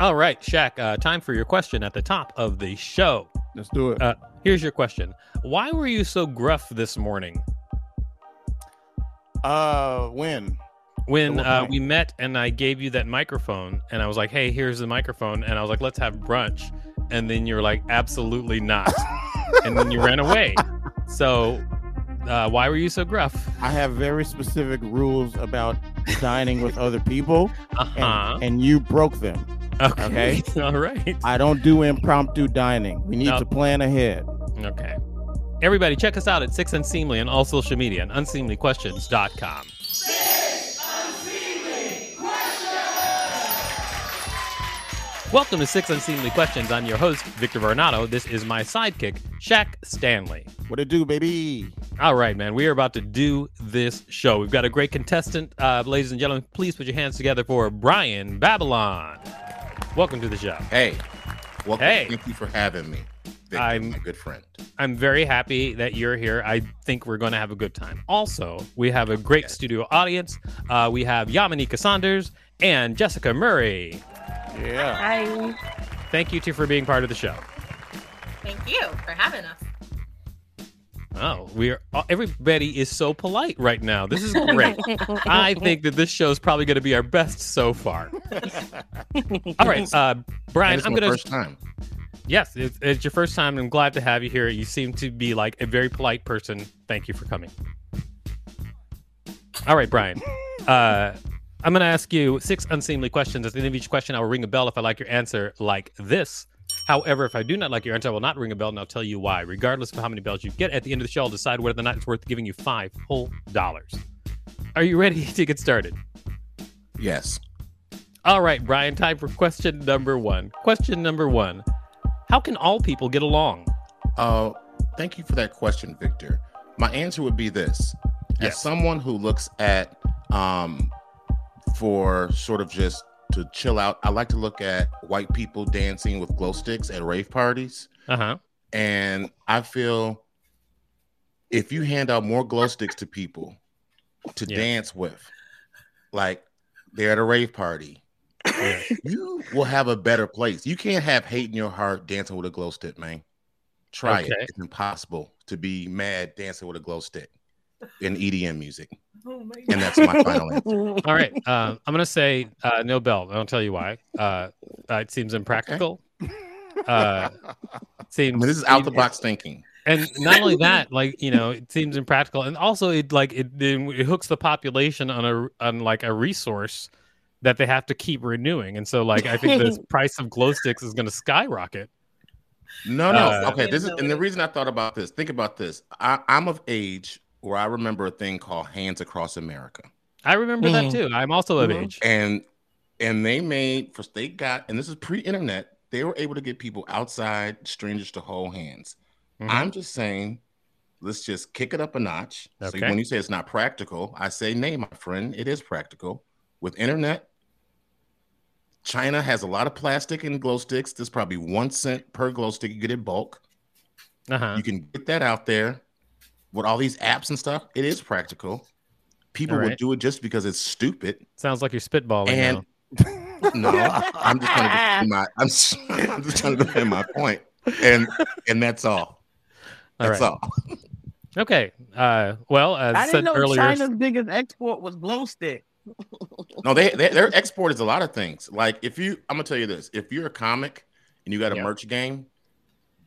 All right, Shaq, uh, time for your question at the top of the show. Let's do it. Uh, here's your question Why were you so gruff this morning Uh, when? when At what uh, point? we met and I gave you that microphone? And I was like, hey, here's the microphone. And I was like, let's have brunch. And then you were like, absolutely not. and then you ran away. So, uh, why were you so gruff? I have very specific rules about dining with other people, Uh and, huh. and you broke them. Okay. All right. I don't do impromptu dining. We need No. to plan ahead. Okay. Everybody, check us out at Six Unseemly on all social media and unseemlyquestions.com. Six Unseemly Questions! Welcome to Six Unseemly Questions. I'm your host, Victor Vernado. This is my sidekick, Shaq Stanley. What it do, baby? All right, man, we are about to do this show. We've got a great contestant. Uh, ladies and gentlemen, please put your hands together for Brian Babylon. Welcome to the show. Hey, welcome. Hey. Thank you for having me. Victor, I'm- my good friend. I'm very happy that you're here. I think we're going to have a good time. Also, we have a great studio audience. Uh, we have Yamanika Saunders and Jessica Murray. Yeah. Hi. Thank you two for being part of the show. Thank you for having us. Oh, we're everybody is so polite right now. This is great. I think that this show is probably going to be our best so far. All right, uh, And Brian, it's I'm my going to first time. Yes, it's, it's your first time. and I'm glad to have you here. You seem to be like a very polite person. Thank you for coming. All right, Brian. Uh, I'm going to ask you six unseemly questions. At the end of each question, I will ring a bell if I like your answer, like this. However, if I do not like your answer, I will not ring a bell, and I'll tell you why. Regardless of how many bells you get, at the end of the show, I'll decide whether or not it's worth giving you five whole dollars. Are you ready to get started? Yes. All right, Brian, time for question number one. Question number one How can all people get along? Uh, thank you for that question, Victor. My answer would be this: Yes. as someone who looks at um, for sort of just to chill out, I like to look at white people dancing with glow sticks at rave parties, Uh huh. and I feel if you hand out more glow sticks to people to Yeah. dance with, like they're at a rave party, Yeah. you will have a better place. You can't have hate in your heart dancing with a glow stick, man. Try Okay. it. It's impossible to be mad dancing with a glow stick in EDM music. Oh my And that's my final answer. All right. Uh, I'm going to say uh, no bell. I'll tell you why. Uh, uh, it seems impractical. Uh, it I seems mean, this is out the box thinking. and not only that, like you know, it seems impractical, and also it like it, it hooks the population on a on like a resource that they have to keep renewing, and so like I think the price of glow sticks is going to skyrocket. No, no. Uh, okay, this is No, and it the is. reason I thought about this. Think about this. I, I'm of age where I remember a thing called Hands Across America. I remember Mm. that too. I'm also of Mm-hmm. Mhm. age. and and they made first they got and this is pre-internet they were able to get people outside strangers to hold hands Mhm. i'm just saying let's just kick it up a notch so Okay. when you say it's not practical i say nay my friend it is practical with internet china has a lot of plastic and glow sticks there's probably one cent per glow stick you get in bulk Uh huh. you can get that out there with all these apps and stuff it is practical people All will right. do it just because it's stupid Sounds like you're spitballing. and now. no, I'm just trying to defend my I'm, s- I'm just trying to defend my point, and and that's all. All That's right. all. Okay. Uh, well, as I said didn't know earlier, China's biggest export was glow stick. No, they, they their export is a lot of things. Like if you, I'm gonna tell you this: if you're a comic and you got a Yeah. merch game,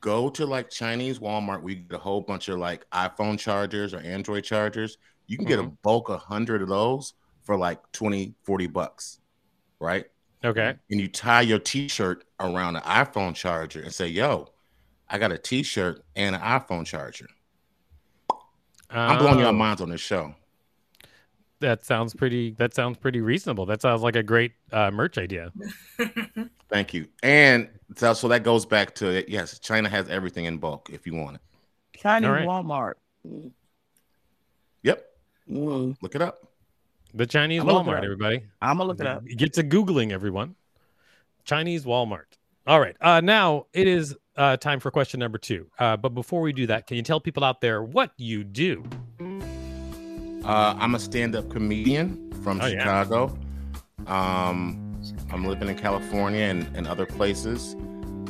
go to like Chinese Walmart. We get a whole bunch of like iPhone chargers or Android chargers. You can Mm-hmm. get a bulk of hundred of those for like 20, 40 bucks, right? okay. and you tie your t-shirt around an iPhone charger and say, "Yo, I got a t-shirt and an iPhone charger." I'm blowing your Oh. minds on this show. that sounds pretty. That sounds pretty reasonable. That sounds like a great uh, merch idea. Thank you. And so, so that goes back to it. Yes, China has everything in bulk if you want it. Chinese All right. Walmart. Yep. Mm. Look it up. The Chinese I'm gonna look it Walmart, up. everybody. I'm gonna look it up. Get to googling, everyone. Chinese Walmart. All right. Uh, now it is uh, time for question number two. Uh, but before we do that, can you tell people out there what you do? Uh, I'm a stand-up comedian from Oh, yeah. Chicago. Um, I'm living in California and, and other places.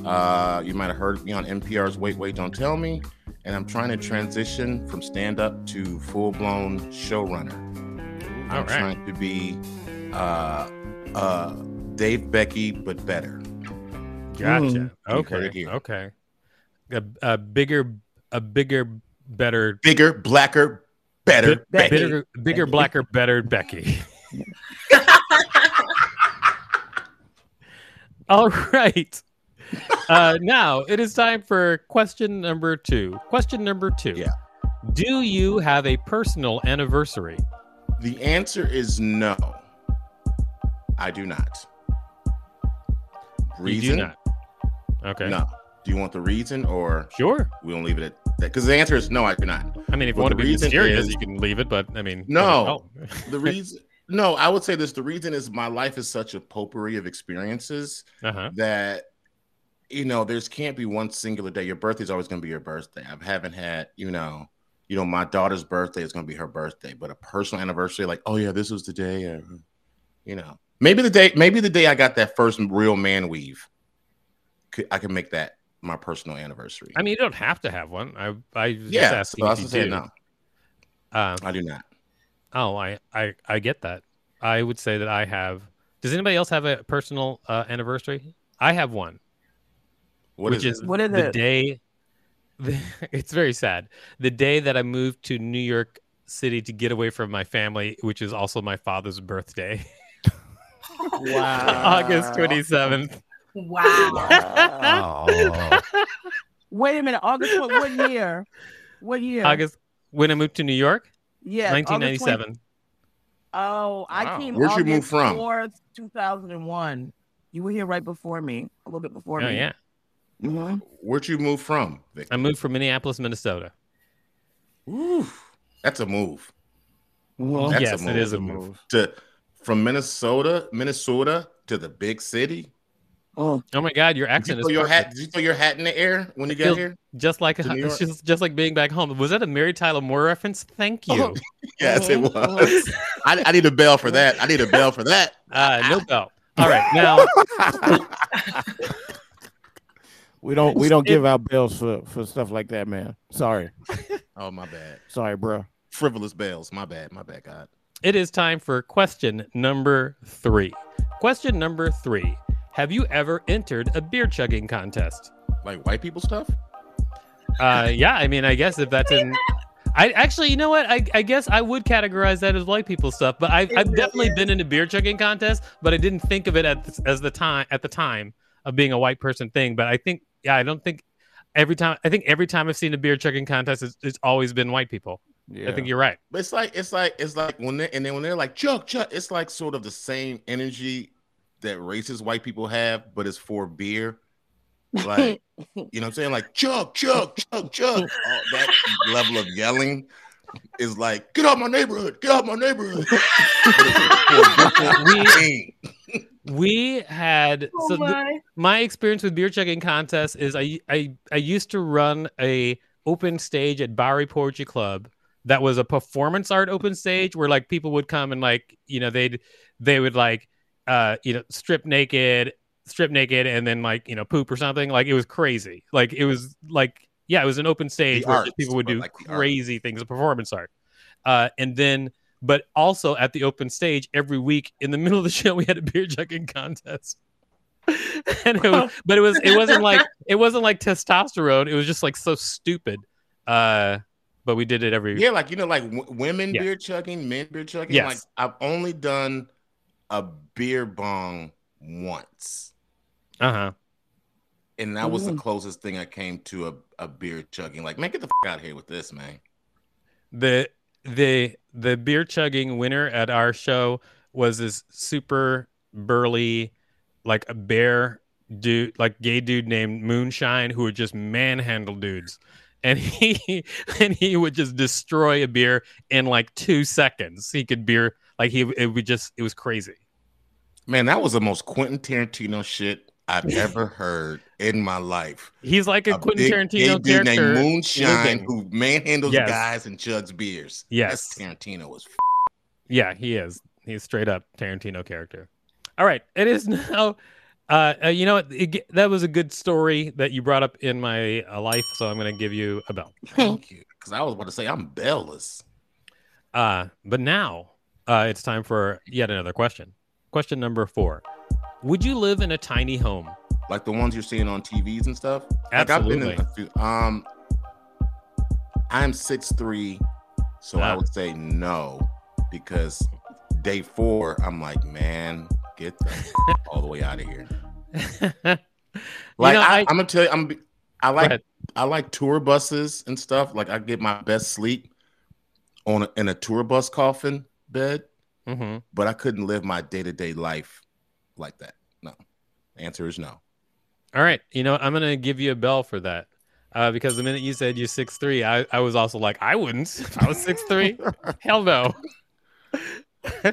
Uh, you might have heard me on NPR's Wait, Wait, Don't Tell Me. And I'm trying to transition from stand-up to full-blown showrunner. I'm All right. trying to be uh, uh, Dave Becky, but better. Gotcha. Mm, You heard Okay. it here. Okay. A, a bigger, a bigger, better, Bigger, blacker, better. bi- Becky. bigger, bigger, blacker, better Becky. All right. Uh, now it is time for question number two. Question number two. Yeah. Do you have a personal anniversary? The answer is no. I do not. You do Reason? not. Okay. No. Do you want the reason or Sure. we won't leave it at that? Because the answer is no, I do not. I mean, if you Well, want the to be reason mysterious, is- you can leave it. But I mean, No. oh, The reason, no, I would say this. The reason is my life is such a potpourri of experiences Uh-huh. that, you know, there's can't be one singular day. Your birthday's always going to be your birthday. I haven't had, you know, you know, my daughter's birthday is going to be her birthday, but a personal anniversary, like, oh yeah, this was the day, uh, you know, maybe the day, maybe the day I got that first real man weave, could, I can make that my personal anniversary. I mean, you don't have to have one. I I was just yeah, asking so I if was you saying do. no, Um, I do not. oh, I, I I get that. I would say that I have. Does anybody else have a personal uh, anniversary? I have one, What which is, is, it? What is the it? day. The, it's very sad. The day that I moved to New York City to get away from my family, which is also my father's birthday, Wow. August twenty seventh. Wow. Wait a minute. August what, what year? What year? August when I moved to New York, Yeah. August nineteen ninety 20 seven. Oh, Wow. I came. Where'd you August move from? Fourth, two thousand and one. You were here right before me, a little bit before Oh me. yeah, Mhm. Where'd you move from? Vic? I moved from Minneapolis, Minnesota. Oof, that's a move. Well, That's yes, a move. it is a move. To from Minnesota, Minnesota to the big city. oh, Oh my God, your Did accent you is throw your perfect. hat? Did you throw your hat in the air when you got feels- here? just like to New it's York. just, just like being back home. Was that a Mary Tyler Moore reference? Thank Oh. you. Yes, it was. I, I need a bell for that. I need a bell for that. Uh, no bell. All right, now We don't we don't give out bills for for stuff like that, man. Sorry, Oh my bad. sorry, bro. Frivolous bells. My bad. My bad. God. it is time for question number three. Question number three: Have you ever entered a beer chugging contest? Like white people stuff. Uh, yeah, I mean, I guess if that's in. I actually, you know what? I, I guess I would categorize that as white people stuff, but I've, I've definitely been in a beer chugging contest, but I didn't think of it at as the time at the time of being a white person thing. But I think, yeah, I don't think every time. I think every time I've seen a beer chugging contest, it's, it's always been white people. Yeah. I think you're right. But it's like it's like it's like when they and then when they're like Chuck Chuck, it's like sort of the same energy that racist white people have, but it's for beer. Like you know what I'm saying? Like Chuck Chuck Chuck Chuck. All that level of yelling is like get out my neighborhood, get out my neighborhood. We Dang. we had so th- Oh, my experience with beer chugging contests is I, I I used to run a open stage at Bowery Poetry Club that was a performance art open stage where like people would come and like you know they'd they would like uh you know strip naked strip naked and then like you know poop or something like it was crazy like it was like yeah it was an open stage where arts, just people would but, do like, the art. crazy things performance art uh and then but also at the open stage every week in the middle of the show we had a beer chugging contest and it was, but it was it wasn't like it wasn't like testosterone it was just like so stupid uh but we did it every yeah, like you know, like w- women Yeah. beer chugging, men beer chugging. Yes. Like I've only done a beer bong once. uh-huh and that was the closest thing I came to a, a beer chugging. Like, man, get the f- out of here with this, man. the the the beer chugging winner at our show was this super burly, like a bear dude, like gay dude named Moonshine, who would just manhandle dudes, and he and he would just destroy a beer in like two seconds. He could beer like he it would just it was crazy. Man, that was the most Quentin Tarantino shit I've ever heard in my life. He's like a, Quentin big Tarantino gay dude character. named Moonshine living. who manhandles Yes. guys and chugs beers. Yes. That's Tarantino was. Yeah, he is. He's straight up Tarantino character. All right, it is now. Uh, uh, you know what? It ge- that was a good story that you brought up in my uh, life, so I'm going to give you a bell. Thank you. Because I was about to say I'm bellless. Uh, but now uh, it's time for yet another question. Question number four: Would you live in a tiny home? Like the ones you're seeing on TVs and stuff. Like I've been in Absolutely. a few. Um, I'm 6'3, so I Ah. would say no. Because day four, I'm like, man, get the all the way out of here. Like You know, I, I- am gonna tell you, I'm be- I like ahead. I like tour buses and stuff. Like I get my best sleep on a, in a tour bus coffin bed, hmm but I couldn't live my day to day life like that. No, answer is no. All right, you know what? I'm going to give you a bell for that. Uh, because the minute you said you're six three, I, I was also like, I wouldn't. If I was six three, hell no. my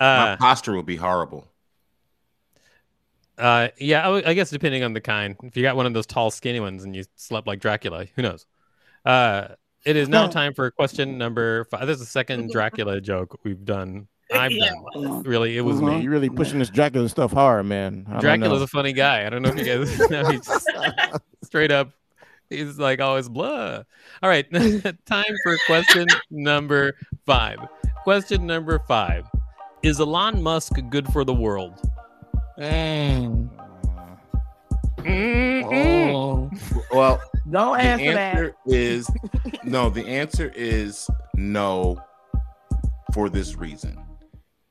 uh, posture would be horrible. uh, yeah, I, w- I guess depending on the kind. If you got one of those tall, skinny ones and you slept like Dracula, who knows? Uh, it is now time for question number five. This is the second Dracula joke we've done. I've Yeah. done. Really, it was me. You're Uh-huh. really pushing this Dracula stuff hard, man. I don't Dracula's know. a funny guy. I don't know if you guys know. He's just straight up. He's like always blah. All right, time for question number five. Question number five: Is Elon Musk good for the world? Oh. Uh, Well, Don't the answer answer is no. The answer is no. For this reason,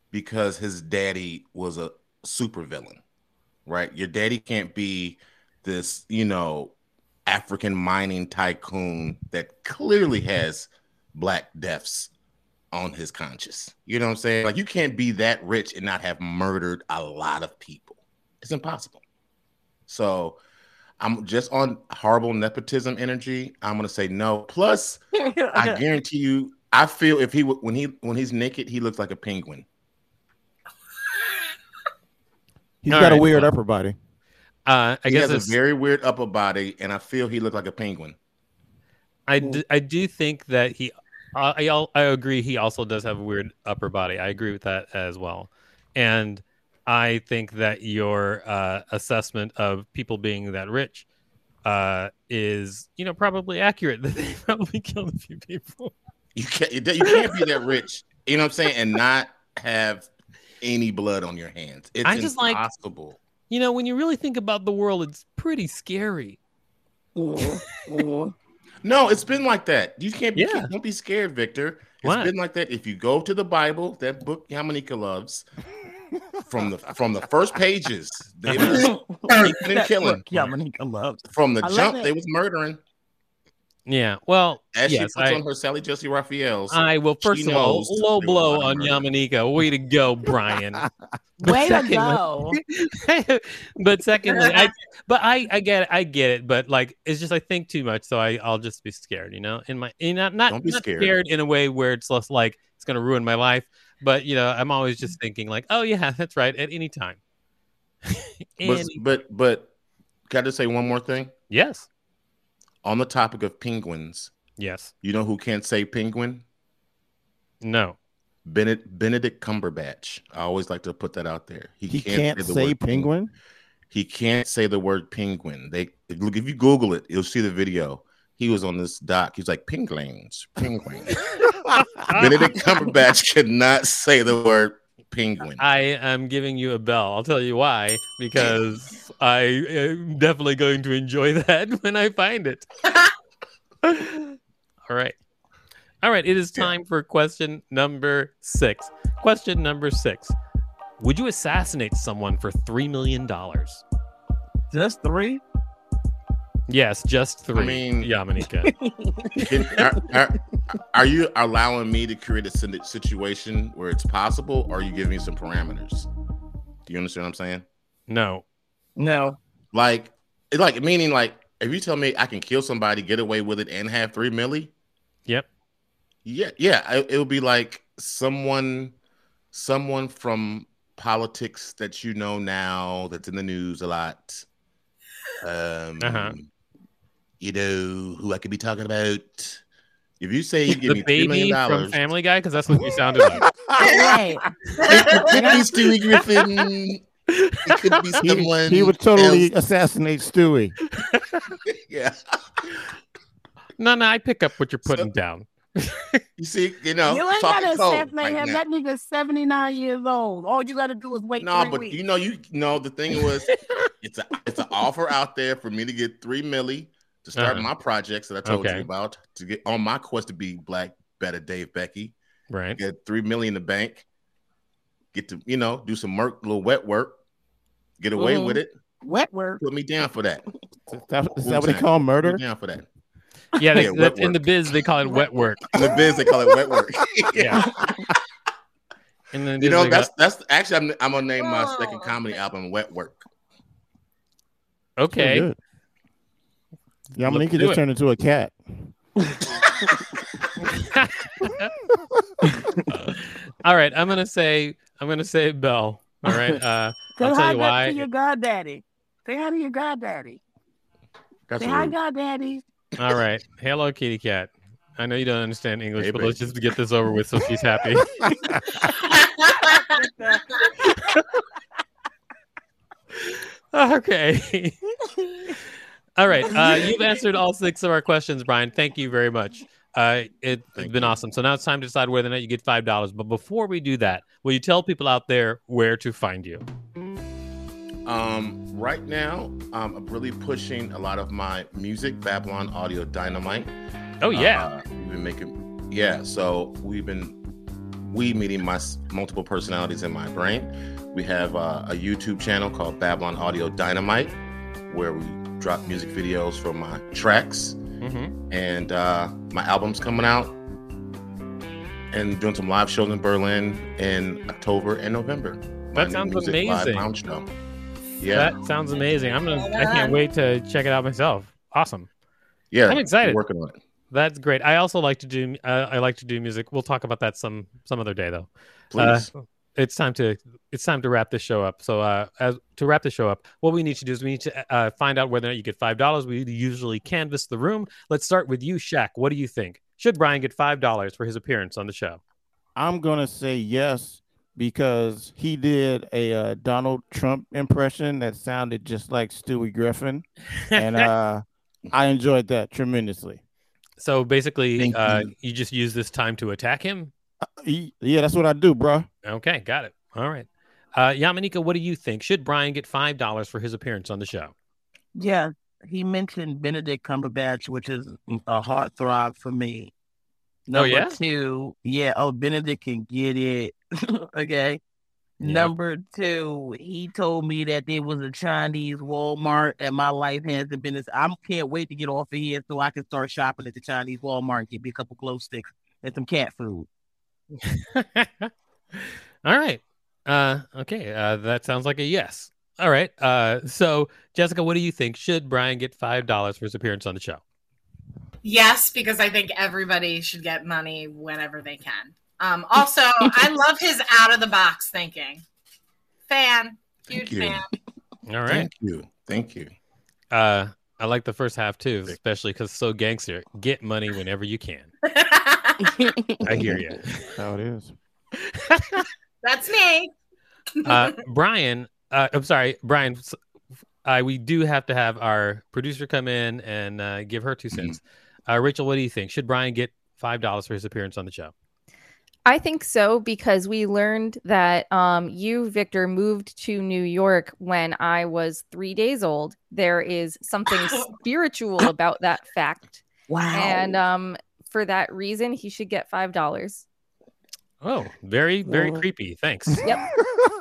because his daddy was a supervillain, right? Your daddy can't be this, you know, African mining tycoon that clearly has black deaths on his conscience. You know what I'm saying? Like you can't be that rich and not have murdered a lot of people. It's impossible. So I'm just on horrible nepotism energy. I'm gonna say no. Plus, that. I guarantee you, I feel if he w- when he when he's naked, he looks like a penguin. He's All got right, a weird fine. upper body. Uh, I He guess has a it's, very weird upper body, and I feel he looked like a penguin. I, d- I do think that he. I I al- I agree. He also does have a weird upper body. I agree with that as well, and I think that your uh, assessment of people being that rich uh, is, you know, probably accurate. That they probably killed a few people. You can't you can't be that rich. You know what I'm saying? And not have any blood on your hands. It's I just like- impossible. You know, when you really think about the world, it's pretty scary. No, it's been like that. You can't be Yeah. don't be scared, Victor. It's Why? been like that. If you go to the Bible, that book Yamanika loves, from the from the first pages, they was and That killing. look, Yeah, Mm-hmm. Monica loves. From the I love jump, it. they was murdering. Yeah. Well, As yes, she puts I- on her Sally Jesse Raphael's. I well, She first of all, knows low they blow wanna on murder. Yamanika. Way to go, Brian. But Way to secondly- go. but secondly, I but I I get it, I get it, but like it's just I think too much, so I I'll just be scared, you know. In my in not not, Don't be not scared. in a way where it's less like it's gonna ruin my life, but you know I'm always just thinking like, oh yeah, that's right, at any time. but, Any- but but got to say one more thing yes, on the topic of penguins. yes, You know who can't say penguin? no, Benedict, Benedict Cumberbatch. I always like to put that out there. He can't, the say word penguin. He can't say the word penguin. They look if you Google it, you'll see the video. He was on this doc. He's like penguins, penguins. Benedict Cumberbatch could not say the word penguin. I am giving you a bell. I'll tell you why because I am definitely going to enjoy that when I find it. All right. All right. It is Yeah. time for question number six. Question number six Would you assassinate someone for $3 million? Just three? Yes, just three. mean- Yamanika. Can- are, are, Are you allowing me to create a sit- situation where it's possible, or are you giving me some parameters? Do you understand what I'm saying? No. No. Like, it- like meaning like if you tell me I can kill somebody, get away with it, and have three milli, Yep. yeah, yeah, I- it, will be like someone, someone from politics that you know now that's in the news a lot. Um, Uh-huh. you know who I could be talking about. If you say you give The me three baby million from dollars, Family Guy, because that's what you sounded like. Right. could be Stewie Griffin. It could be He, someone. he would totally else. assassinate Stewie. Yeah. No, no, I pick up what you're putting down. You see, you know, you ain't talking gotta cold assassinate right him. now. That nigga's seventy nine years old. All you gotta do is wait No, three but weeks. you know, you know, the thing was, it's a it's an offer out there for me to get three milli to start Uh-huh. my projects that I told Okay. you about to get on my quest to be black, better Dave Becky. Right. Get three million in the bank. Get to you know do some work, little wet work. Get away Mhm. with it. Wet work. Put me down for that. Put Is that, is Who's that what they that? call me murder? down for that. Yeah, they, Yeah, wet that's in work. the biz they call it wet work. In the biz, they call it wet work. Yeah. And then You there's know, like a- that's that's actually I'm, I'm gonna name my second Oh, comedy okay. album "Wet Work." okay. Good. Yamanika do just it. turned into a cat. all right, I'm gonna say I'm gonna say Bell. All right, uh, Say I'll hi tell back you why. to your goddaddy. Say hi to your goddaddy. That's Say hi, rude. goddaddy. all right. Hello, kitty cat. I know you don't understand English, Hey, but baby. let's just get this over with so she's happy. okay. all right. Uh, you've answered all six of our questions, Brian. Thank you very much. Uh, it, has Thank been you. awesome. So now it's time to decide whether or not you get five dollars. But before we do that, will you tell people out there where to find you? Um, right now, um, I'm really pushing a lot of my music, Babylon Audio Dynamite. Oh yeah, Uh, we've been making, yeah. So we've been, we meeting my s- multiple personalities in my brain. We have uh, a YouTube channel called Babylon Audio Dynamite, where we drop music videos for my tracks, Mhm. and uh, my album's coming out. And doing some live shows in Berlin in October and November. My That new sounds music live amazing. lounge show. Yeah, that sounds amazing. I'm gonna. I can't wait to check it out myself. Awesome. yeah. I'm excited. Working on it. That's great. I also like to do. Uh, I like to do music. We'll talk about that some some other day, though. Uh, Please. it's time to it's time to wrap this show up. So, uh, as to wrap the show up, what we need to do is we need to uh, find out whether or not you get five dollars. We usually canvass the room. Let's start with you, Shaq. What do you think? Should Brian get five dollars for his appearance on the show? I'm gonna say yes because he did a uh, Donald Trump impression that sounded just like Stewie Griffin, and uh, I enjoyed that tremendously. So basically, Thank uh, you just use this time to attack him. He- yeah, that's what I do, bro. Okay, got it. All right, uh, Yamanika, what do you think? Should Brian get five dollars for his appearance on the show? Yeah. He mentioned Benedict Cumberbatch, which is a heartthrob for me. Number Oh, yeah? two, yeah. Oh, Benedict can get it. okay. Yeah. Number two, he told me that there was a Chinese Walmart and my life hasn't been as I can't wait to get off of here so I can start shopping at the Chinese Walmart and get me a couple glow sticks and some cat food. All right. Uh, okay. Uh, that sounds like a yes. All right. Uh, so, Jessica, what do you think? Should Brian get $5 for his appearance on the show? Yes, because I think everybody should get money whenever they can. Um, also, I love his out of the box thinking. Fan, Thank huge you. fan. All right. Thank you. Thank you. Uh, I like the first half too, especially because so gangster. Get money whenever you can. I hear you. How it is. That's me. Uh, Brian, uh, I'm sorry, Brian. s- Uh, we do have to have our producer come in and uh, give her two cents. Uh, Rachel, what do you think? Should Brian get $5 for his appearance on the show? I think so because we learned that um, you, Victor, moved to New York when I was three days old. There is something spiritual about that fact, Wow. and um, for that reason, he should get five dollars. Oh, very, very Well- creepy. Thanks. Yep.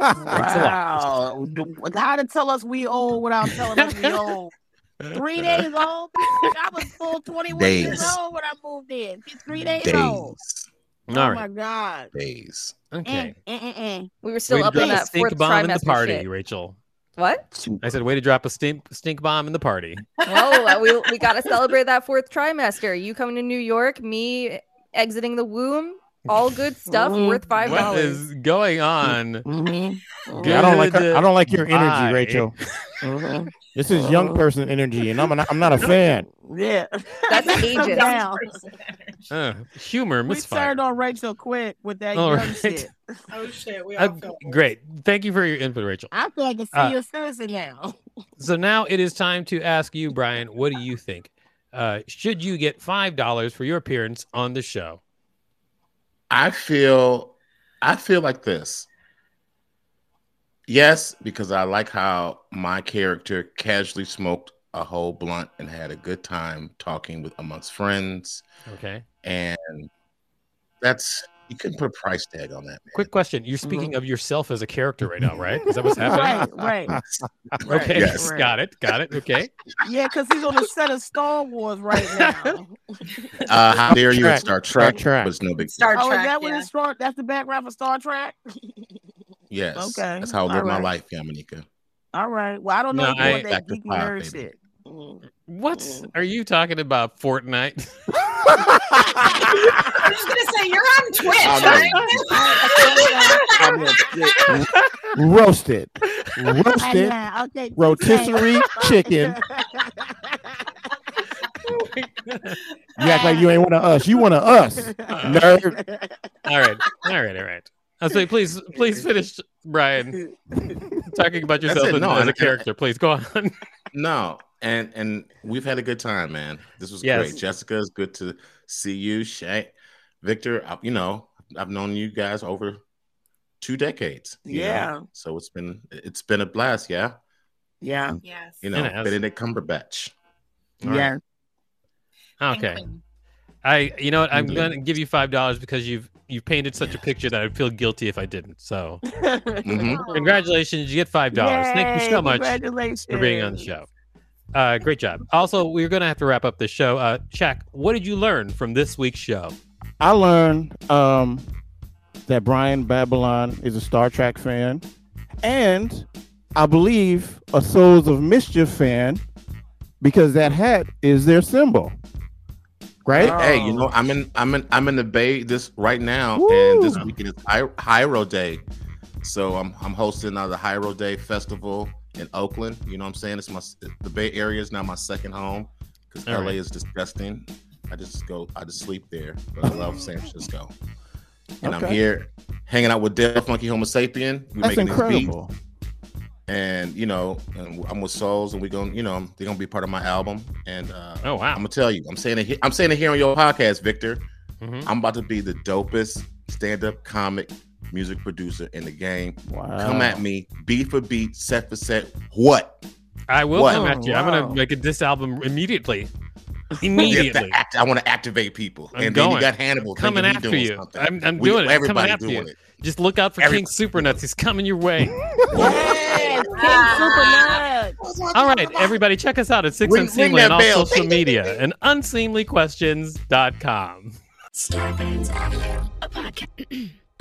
wow. How to tell us we old without telling us we old. Three days old. I was full 21 years Days. old when I moved in. She's three days, old. Days. All oh my right. God. Days. Okay. Mm, mm, mm, mm. We were still Way to up on drop a that fourth stink bomb in trimester the party, shit. Rachel. What? I said, way to drop a stink stink bomb in the party. Whoa, we we gotta celebrate that fourth trimester. You coming to New York, me exiting the womb. All good stuff Mm. worth five What dollars. is going on? Mhm, Yeah, I don't like her, I don't like your energy, Goodbye. Rachel. mhm. This is young Uh-huh. person energy, and I'm not, I'm not a fan. Yeah. That's Calm ages. down. Uh, humor We misfired. turned on Rachel quick with that All young right. shit. Oh shit, we Uh, all felt old. great. Thank you for your input, Rachel. I feel like a Uh, senior citizen now. So now it is time to ask you, Brian, what do you think? Uh, should you get $5 for your appearance on the show? I feel I feel like this. Yes, because I like how my character casually smoked a whole blunt and had a good time talking with amongst friends. Okay. And that's you couldn't put a price tag on that, man. Quick question. You're speaking Mm. of yourself as a character right now, right? Is that what's happening? Right, right. Uh, right, Okay. Yes. right. Got it. Got it. Okay. Yeah, because he's on the set of Star Wars right now. Uh, how dare you at Star Star Trek, Trek. was no big Star oh, Trek. is that what yeah. it's Star? That's the background for Star Trek. Yes. Okay, That's how I live my alright. life, Yamanika. All right. Well, I don't No, know if I- you want Back that to geeky pop, nerd baby. shit. Mm. What are you talking about? Fortnite? I was gonna say you're on Twitch, I'm right? Roasted, Ah, roasted yeah, okay, rotisserie chicken. You act like you ain't one of us. You one of us, nerd. All right. All right. All right. Uh, so please, please finish, Brian, talking about That's yourself it. as, No, as I- a character. Please go on. No, and and we've had a good time, man. This was Yes. great. Jessica, it's good to see you. Shay, Victor, I, you know, I've known you guys over two decades. you know? Yeah. So it's been it's been a blast, yeah. Yeah. yes. You know, it has. Benedict Cumberbatch. All right. yeah. Okay. I, you know what? I'm Mhm. gonna give you five dollars because you've you've painted such a picture that I'd feel guilty if I didn't. So Mhm. congratulations, you get Mm-hmm. five dollars. Thank you so Yay, much Congratulations for being on the show. Uh, great job. Also, we're gonna have to wrap up the show. Uh, Shaq, what did you learn from this week's show? I learned um, that Brian Babylon is a Star Trek fan, and I believe a Souls of Mischief fan, because that hat is their symbol, right? Hey, you know, I'm in I'm in I'm in the bay this right now, and this Woo. weekend is Hi- Hyro Day. So I'm I'm hosting uh, the Hyro Day Festival in Oakland. You know what I'm saying? It's my the Bay Area is now my second home because All LA right. is disgusting. I just go I just sleep there, but I love San Francisco. And I'm Okay. here hanging out with Dale Funky Homo Sapien. We That's making these beats incredible. and you know, and I'm with Souls, and we gonna, you know, they're gonna be part of my album. And uh, Oh I'm wow. gonna tell you, I'm saying it. he- I'm saying it here on your podcast, Victor. Mhm. I'm about to be the dopest stand-up comic music producer in the game. Wow. Come Ah. at me, beat for beat, set for set. What? I will What? come at you. I'm Wow. gonna make a diss album immediately. You have to Immediately. act- I want to activate people. I'm and then going. you got Hannibal I'm coming thinking after he doing you. something. I'm- I'm doing it. I'm Everybody coming after doing you. it. Just look out for Every- King Supernuts. He's coming your way. Yes, King Superman. All right, everybody, check us out at Six Ring- Unseemly ring and that all bell. social media and unseemlyquestions.com. Starbane's Audio, a, podca-